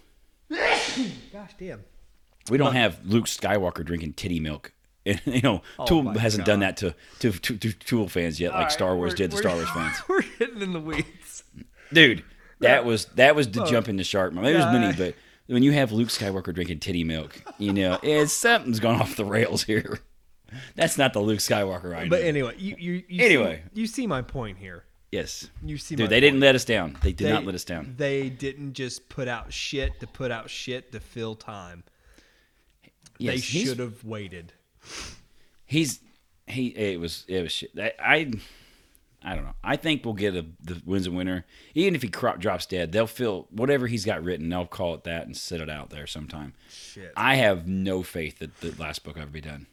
Gosh damn.
we don't have Luke Skywalker drinking titty milk. And, you know, Tool
Oh my
hasn't done that to to, to to Tool fans yet, like Star Wars did to Star Wars fans.
We're getting in the weeds.
dude. That was that was the jump in the shark moment. There's
Yeah.
many, but when you have Luke Skywalker drinking titty milk, you know it's something's gone off the rails here. That's not the Luke Skywalker I know.
But anyway, you you, you
Anyway.
see, you see my point here.
yes,
You see, my
dude, they
point.
didn't let us down. They did
They- Mm-hmm.
not let us down.
They didn't just put out shit to put out shit to fill time.
Yes,
they
he's-
should have waited.
He's he. It was it was shit. I. I I don't know. I think we'll get a, the wins and winner. Even if he crop drops dead, they'll fill whatever he's got written. They'll call it that and sit it out there sometime.
Shit.
I have no faith that the last book will ever be done.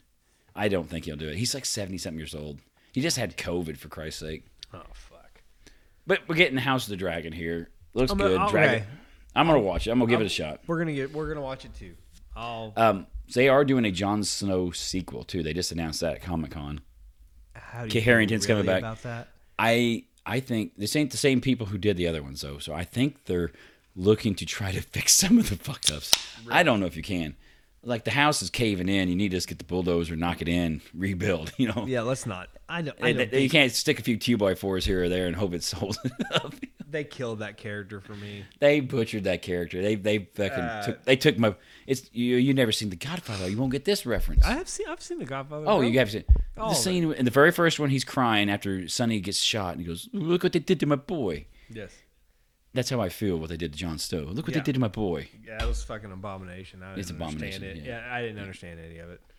I don't think he'll do it. He's like 70 something years old. He just had COVID, for Christ's sake.
oh fuck.
But we're getting House of the Dragon here. Looks
I'm gonna-
good.
I'll-
Dragon.
okay. Oh.
I'm going to watch it. I'm going to give it a shot.
We're gonna get. We're gonna watch it too. I'll.
Um, so they are doing a Jon Snow sequel, too. They just announced that at Comic Con.
how do you
Kit
feel
Harington's coming
really
back.
about that?
I I think this ain't the same people who did the other ones though, so I think they're looking to try to fix some of the fuck ups. I don't know if you can, like the house is caving in. You need to just get the bulldozer, knock it in, rebuild. You know,
Yeah, let's not. I don't. I
And
don't
th- you
think
can't stick a few two by fours here or there and hope it's holds it up.
they killed that character for me.
They butchered that character. They they fucking
Uh,
took they took my. It's you. You never seen The Godfather. You won't get this reference.
I have seen. I've seen the Godfather.
oh,
bro.
you have seen
All
the
of
scene in the very first one. He's crying after Sonny gets shot, and he goes, "Look what they did to my boy."
Yes.
That's how I feel. What they did to John Stowe. Look what
Yeah.
they did to my boy.
Yeah, it was fucking abomination. I didn't
It's
understand
abomination,
it.
yeah.
Yeah. I didn't understand any of it.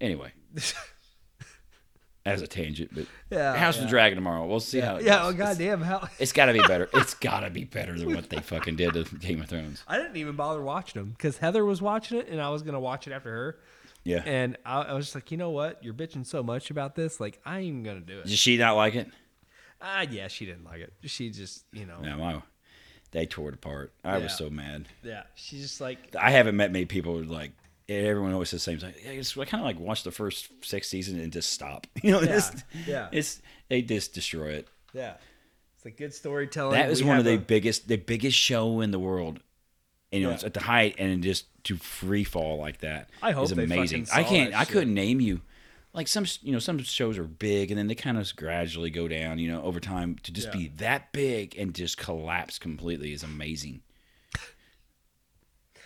Anyway, as a tangent, but
Yeah,
House of
yeah.
the Dragon tomorrow. We'll see how. It
yeah.
goes.
Oh
It's-
goddamn! How
it's got to be better. It's got to be better than what they fucking did to Game of Thrones.
I didn't even bother watching them because Heather was watching it and I was gonna watch it after her.
Yeah.
And I, I was just like, you know what? You're bitching so much about this. Like, I ain't gonna do it.
Did she not like it?
Ah, yeah. She didn't like it. She just, you know.
No, I, they tore it apart. I was
Yeah.
so mad.
Yeah. She's just like,
I haven't met many people who like. Everyone always says the same thing. Yeah, it's- I kind of like watch the first six season and just stop. You know, just-
yeah.
It's they just destroy it.
yeah. It's like good storytelling.
That is
We
one of
have
the
a-
biggest, the biggest show in the world. And, you know,
Yeah.
it's at the height and then just to free fall like that.
I hope
is
they
amazing.
fucking
I
saw
can't.
that
I
shit.
couldn't name you. Like some, s- you know, some shows are big and then they kind of gradually go down. You know, over time to just
Yeah.
be that big and just collapse completely is amazing.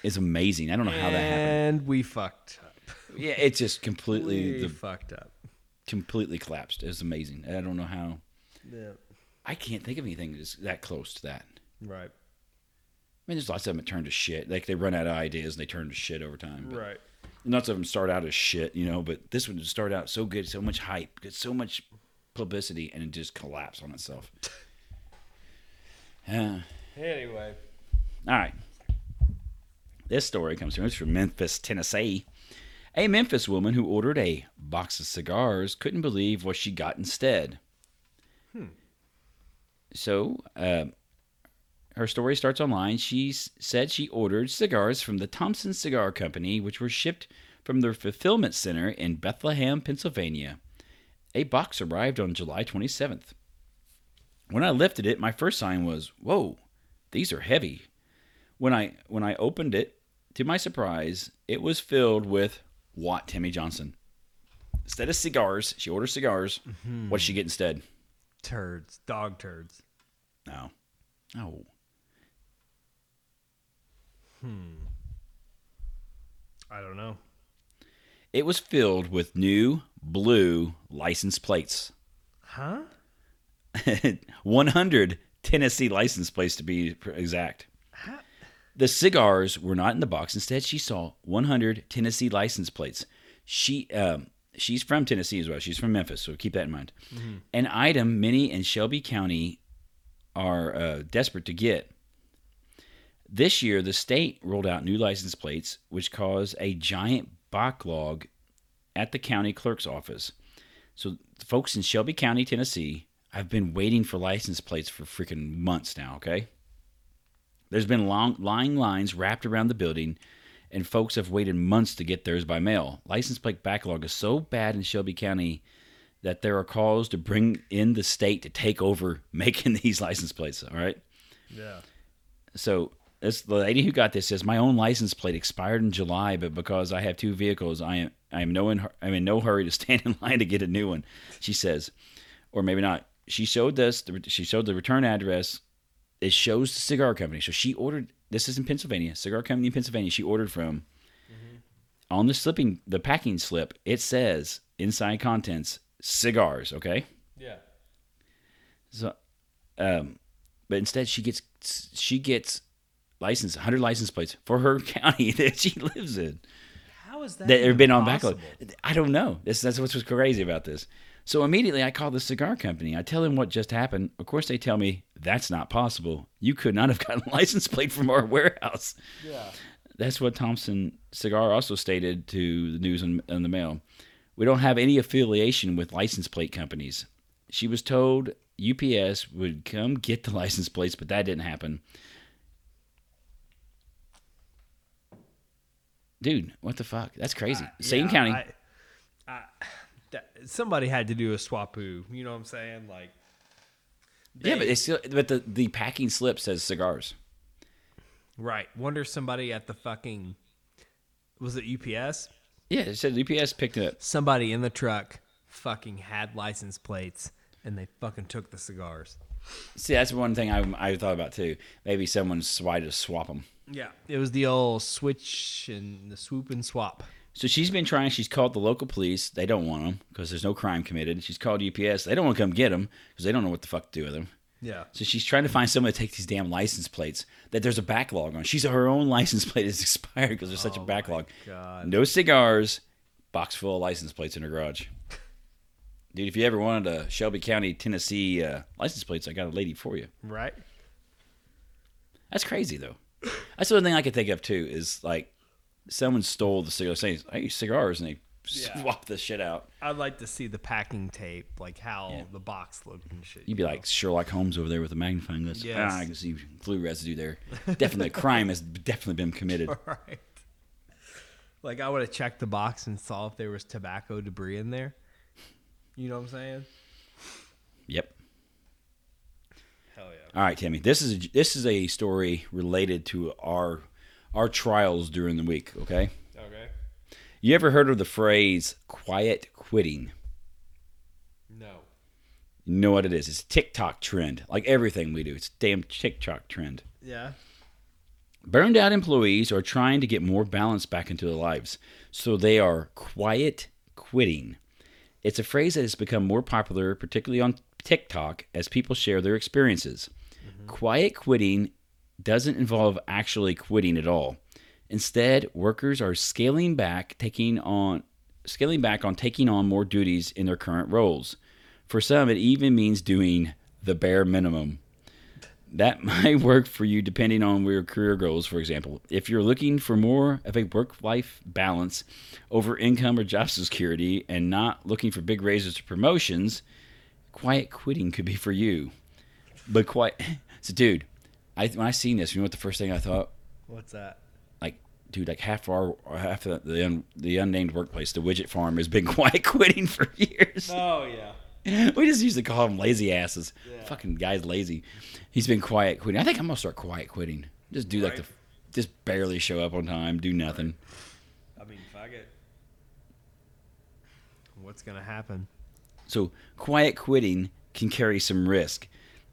It's amazing. I don't know how that happened.
And we fucked up.
Yeah, it just completely,
Eh, We
the,
fucked up.
completely collapsed. It's amazing. I don't know how.
Yeah.
I can't think of anything that's that close to that.
Right.
I mean, there's lots of them that turn to shit. Like they run out of ideas and they turn to shit over time. But
Right.
Lots of them start out as shit, you know. But this one started out so good, so much hype, got so much publicity, and it just collapsed on itself. Yeah.
Anyway.
All right. This story comes to us from Memphis, Tennessee. A Memphis woman who ordered a box of cigars couldn't believe what she got instead. So, uh, her story starts online. She s- said she ordered cigars from the Thompson Cigar Company, which were shipped from their fulfillment center in Bethlehem, Pennsylvania. A box arrived on July 27th. When I lifted it, my first sign was, "Whoa, these are heavy." When I when I opened it, to my surprise, it was filled with what Timmy Johnson. Instead of cigars, she ordered cigars. What did she get instead? Oh.
Turds. Dog turds.
No, no.
I don't know.
It was filled with new blue license plates.
Huh?
100 Tennessee license plates to be exact. The cigars were not in the box. Instead, she saw 100 Tennessee license plates. She um, she's from Tennessee as well. She's from Memphis, so keep that in mind. An item many in Shelby County are uh, desperate to get. This year, the state rolled out new license plates, which caused a giant backlog at the county clerk's office. So, folks in Shelby County, Tennessee, I've been waiting for license plates for freaking months now, okay? There's been long lying lines wrapped around the building, and folks have waited months to get theirs by mail. License plate backlog is so bad in Shelby County that there are calls to bring in the state to take over making these license plates, all right?
Yeah.
So this the lady who got this says my own license plate expired in July, but because I have two vehicles, I am I am no in, I'm in no hurry to stand in line to get a new one. She says, or maybe not. She showed us the, she showed the return address. It shows the cigar company. So she ordered. This is in Pennsylvania, cigar company in Pennsylvania. She ordered from. On the slipping the packing slip, it says inside contents cigars. Okay.
Yeah.
So, um, but instead she gets she gets license hundred license plates for her county that she lives in
How is that?
that have been on
possible?
backlog. I don't know. This that's what's what's crazy about this. So immediately I call the cigar company. I tell them what just happened. Of course they tell me that's not possible. You could not have gotten a license plate from our warehouse.
Yeah.
That's what Thompson Cigar also stated to the News and, and the Mail. We don't have any affiliation with license plate companies. She was told UPS would come get the license plates, but that didn't happen. Dude, what the fuck? That's crazy.
Uh,
Same
Yeah,
county.
I, I- that- somebody had to do a swapoo. You know what I'm saying? Like.
yeah, but it's still, but the, the packing slip says cigars.
Right. Wonder if somebody at the fucking was it UPS?
Yeah, it said UPS picked it up.
Somebody in the truck fucking had license plates and they fucking took the cigars.
See, that's one thing I, I thought about too. Maybe someone decided to swap them.
Yeah. It was the old switch and the swoop and swap.
So she's been trying. She's called the local police. They don't want them because there's no crime committed. She's called UPS. They don't want to come get them because they don't know what the fuck to do with them.
Yeah.
So she's trying to find someone to take these damn license plates that there's a backlog on. She's her own license plate is expired because there's such a backlog.
God.
No cigars, box full of license plates in her garage. Dude, if you ever wanted a Shelby County, Tennessee uh, license plates, I got a lady for you.
Right?
That's crazy though. That's the one thing I could think of too is like someone stole the cigar saying, "Hey, cigars," and they
Yeah.
swap the shit out.
I'd like to see the packing tape, like how
Yeah.
the box looked and shit.
You'd be like Sherlock Holmes over there with a magnifying glass.
Yes.
Ah, I can see glue residue there. Definitely, crime has definitely been committed.
right. Like I would have checked the box and saw if there was tobacco debris in there. You know what I'm saying?
Yep.
Hell yeah.
All right, Tammy. This is a, this is a story related to our our trials during the week. Okay.
Okay.
You ever heard of the phrase "quiet quitting"?
No.
You know what it is? It's a TikTok trend. Like everything we do, it's a damn TikTok trend.
Yeah.
Burned out employees are trying to get more balance back into their lives, so they are quiet quitting. It's a phrase that has become more popular, particularly on TikTok, as people share their experiences. Quiet quitting doesn't involve actually quitting at all. Instead, workers are scaling back, taking on scaling back on taking on more duties in their current roles. For some, it even means doing the bare minimum. That might work for you depending on your career goals, for example. If you're looking for more of a work life balance over income or job security and not looking for big raises or promotions, quiet quitting could be for you. But quiet. So, dude, I, when I seen this, you know what the first thing I thought?
What's that?
Like, dude, like half our, half the, the, un, the unnamed workplace, the widget farm, has been quiet quitting for years
Oh yeah.
we just used to call him lazy asses.
Yeah.
Fucking guy's lazy. He's been quiet quitting. I think I'm gonna start quiet quitting. Just do like
Right.
the, just barely show up on time, do nothing.
I mean, fuck it. What's gonna happen?
So quiet quitting can carry some risk.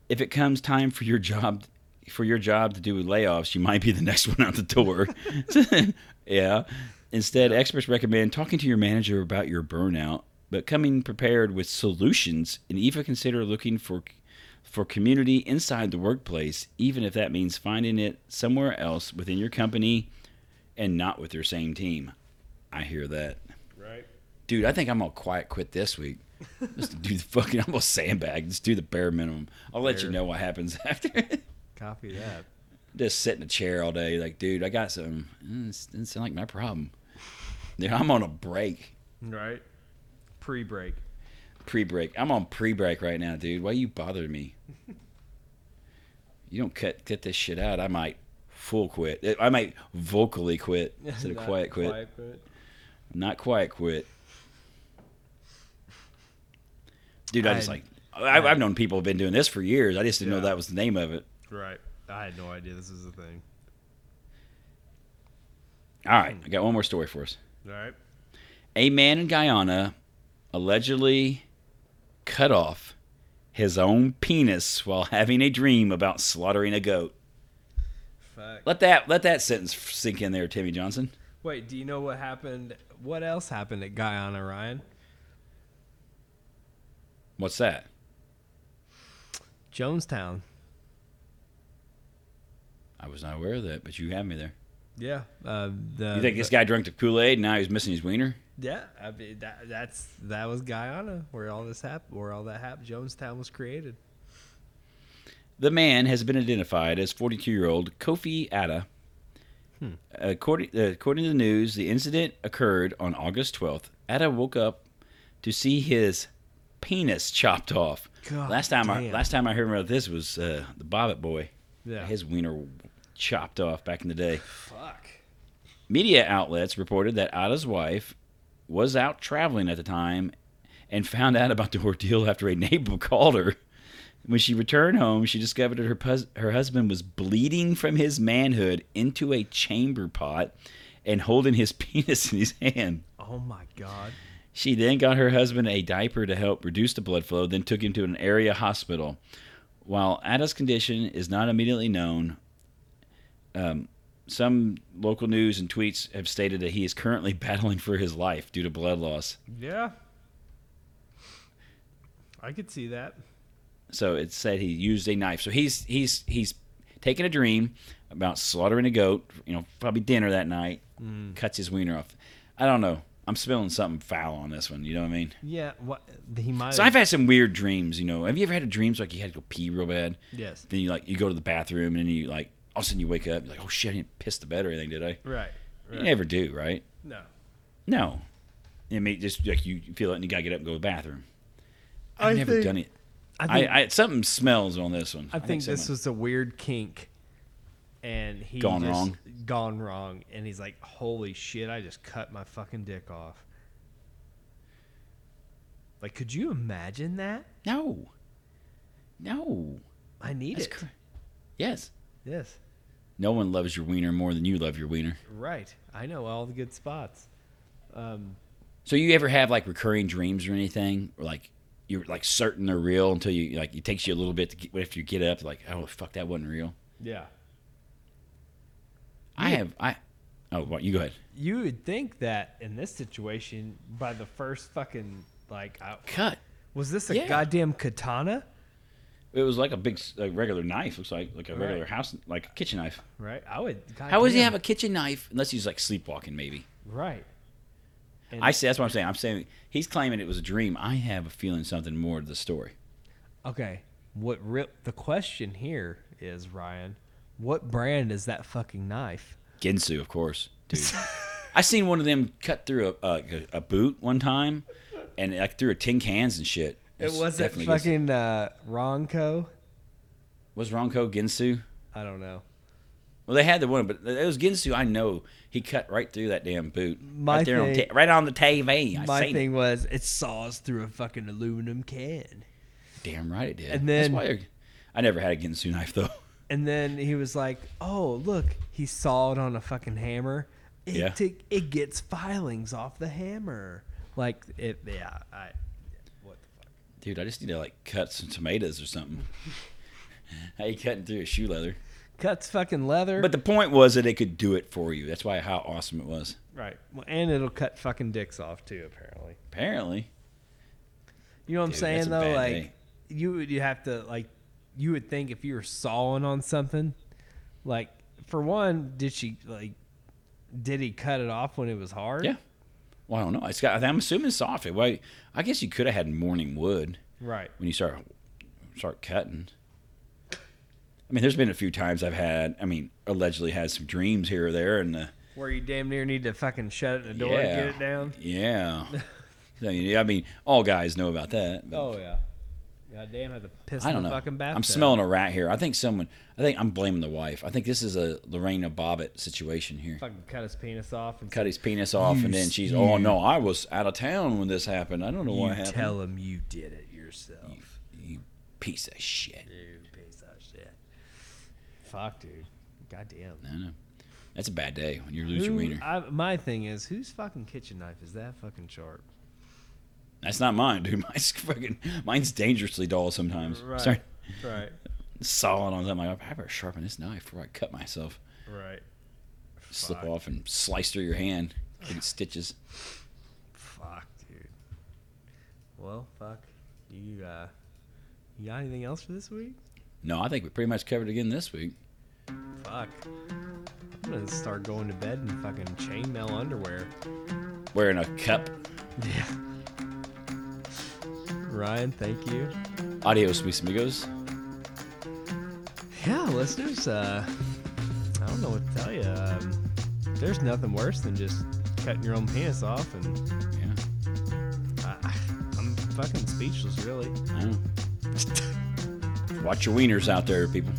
If it comes time for your job for your job to do layoffs, you might be the next one out the door. yeah. Instead, experts recommend talking to your manager about your burnout, but coming prepared with solutions and even consider looking for for community inside the workplace, even if that means finding it somewhere else within your company and not with your same team. I hear that
Right.
dude, I think I'm gonna quiet quit this week. Just do the fucking, I'm gonna sandbag. Just do the bare minimum. I'll let you
Bare.
know what happens after.
Copy that.
Just sit in a chair all day, like, dude, I got some. It doesn't sound like my problem. Dude, I'm on a break,
Right. Pre-break.
pre-break. I'm on pre-break right now, dude. Why you bothering me? You don't cut cut this shit out. I might full quit. I might vocally quit instead of
Not
quiet quit. Not quiet quit. Dude, I, just
I-
like I,
I-
I've known people have been doing this for years. I just didn't
Yeah.
know that was the name of it.
Right. I had no idea this was a thing.
All right, I got one more story for us.
Right.
A man in Guyana allegedly cut off his own penis while having a dream about slaughtering a goat.
Fuck.
Let that let that sentence sink in there, Timmy Johnson.
Wait, do you know what happened? What else happened at Guyana, Ryan?
What's that?
Jonestown.
I was not aware of that, but you have me there.
Yeah. Uh, the,
You think this guy drank the Kool Aid and now he's missing his wiener?
Yeah. I mean, that, that's that was Guyana where all this happened. Where all that happened. Jonestown was created.
The man has been identified as 42-year-old Kofi Atta.
Hmm.
According, according to the news, the incident occurred on August 12th. Atta woke up to see his penis chopped off.
God
last time I
Ah, damn.
last time I heard about this was uh, the Bobbit Boy.
Yeah.
His wiener chopped off back in the day.
Fuck.
Media outlets reported that Atta's wife was out traveling at the time and found out about the ordeal after a neighbor called her. When she returned home, she discovered that her, pus- her husband was bleeding from his manhood into a chamber pot and holding his penis in his hand.
Oh my god.
She then got her husband a diaper to help reduce the blood flow, then took him to an area hospital. While Ada's condition is not immediately known, um, some local news and tweets have stated that he is currently battling for his life due to blood loss.
Yeah. I could see that.
So it said he used a knife. So he's he's he's taking a dream about slaughtering a goat. You know, probably dinner that night.
Mm.
Cuts his wiener off. I don't know. I'm spilling something foul on this one. You know what I mean?
Yeah. What he might.
So I've had some weird dreams. You know, have you ever had a dreams like you had to go pee real bad?
Yes.
Then you like you go to the bathroom and then you like all of a sudden you wake up. You're like, oh shit, I didn't piss the bed or anything, did I?
Right.
You
right.
never do, right?
No.
No. I mean, just like you feel it and you gotta get up and go to the bathroom. I've
I
never
think-
done it.
I
I,
think I,
I, something smells on this one.
think, this
someone-
was a weird kink, and he
Gone
just-
wrong.
Gone wrong, and he's like, "Holy shit! I just cut my fucking dick off." Like, could you imagine that?
no, no.
I need
That's
it.
cr- yes.
yes.
No one loves your wiener more than you love your wiener.
Right. I know all the good spots. Um,
So you ever have like recurring dreams or anything, or like you're like certain they're real until you like it takes you a little bit to get, after you get up, like oh fuck that wasn't real.
yeah.
I have I. Oh, what you go ahead.
You would think that in this situation, by the first fucking like, I,
Cut.
was this a
Yeah.
goddamn katana?
It was like a big, s- like regular knife. Looks like like a
Right.
regular house, like a kitchen knife.
Right. I would.
How does he
goddamn.
have a kitchen knife unless he's like sleepwalking? Maybe.
Right. And-
I see. That's what I'm saying. I'm saying he's claiming it was a dream. I have a feeling something more to the story.
Okay. What re- the question here is, Ryan, what brand is that fucking knife?
Ginsu, of course, dude. I seen one of them cut through a a, a boot one time, and like through a tin cans and shit.
It
It's
wasn't
definitely Ginsu.
fucking uh, Ronco.
was Ronco Ginsu.
I don't know.
Well, they had the one, but it was Ginsu. I know he cut right through that damn boot,
My
right there on
thing-
ta- right on the TV. I
My
seen
thing was it saws through a fucking aluminum can.
it. Damn right it did.
And
That's
then-
why I- I never had a Ginsu knife though.
And then he was like, "Oh, look, he sawed on a fucking hammer. It
Yeah.
ta- it gets filings off the hammer. Like it. Yeah. I. What the fuck?
Dude, I just need to like cut some tomatoes or something. How you cutting through a shoe leather?
Cuts fucking leather.
But the point was that it could do it for you. That's why how awesome it was.
right. Well, and it'll cut fucking dicks off too. Apparently.
Apparently,
You know what
Dude,
I'm
that's
saying
a
though?
bad
Like
day.
you would you have to like you would think if you were sawing on something, like for one, did she like did he cut it off when it was hard?
yeah. Well, I don't know. It's got. I'm assuming it's soft. Well, I guess you could have had morning wood
Right.
when you start start cutting. I mean, there's been a few times I've had. I mean, allegedly had some dreams here or there, and the
Where you damn near need to fucking shut it in the door
Yeah.
and get it down.
yeah. I mean, I mean, all guys know about that. but-
Oh yeah. God damn have to piss
I
in
don't
the
know.
fucking bathtub.
I'm smelling a rat here. I think someone. I think I'm blaming the wife. I think this is a Lorena Bobbitt situation here.
fucking cut his penis off and
Cut his penis off, and then she's, oh no, I was out of town when this happened. I don't know
you
what happened.
tell him you did it yourself.
you piece of shit.
You, piece of shit. Fuck dude. God damn.
I know. That's a bad day when you lose your wiener.
I, my thing is, whose fucking kitchen knife is that fucking sharp?
That's not mine, dude. Mine's fucking. Mine's dangerously dull sometimes. Sorry,
Right.
sawing on something. Like, I better sharpen this knife before I cut myself.
Right.
Slip
Fuck.
off and slice through your hand. Getting stitches.
Fuck, dude. Well, fuck. You uh you got anything else for this week?
No, I think we pretty much covered it again this week.
Fuck. I'm gonna start going to bed in fucking chainmail underwear.
Wearing a cup.
Yeah. Ryan, thank you.
Adios, mis amigos.
Yeah, listeners, uh I don't know what to tell you. Um, there's nothing worse than just cutting your own penis off and
Yeah.
I, Ah, I'm fucking speechless, really.
I know. Watch your wieners out there, people.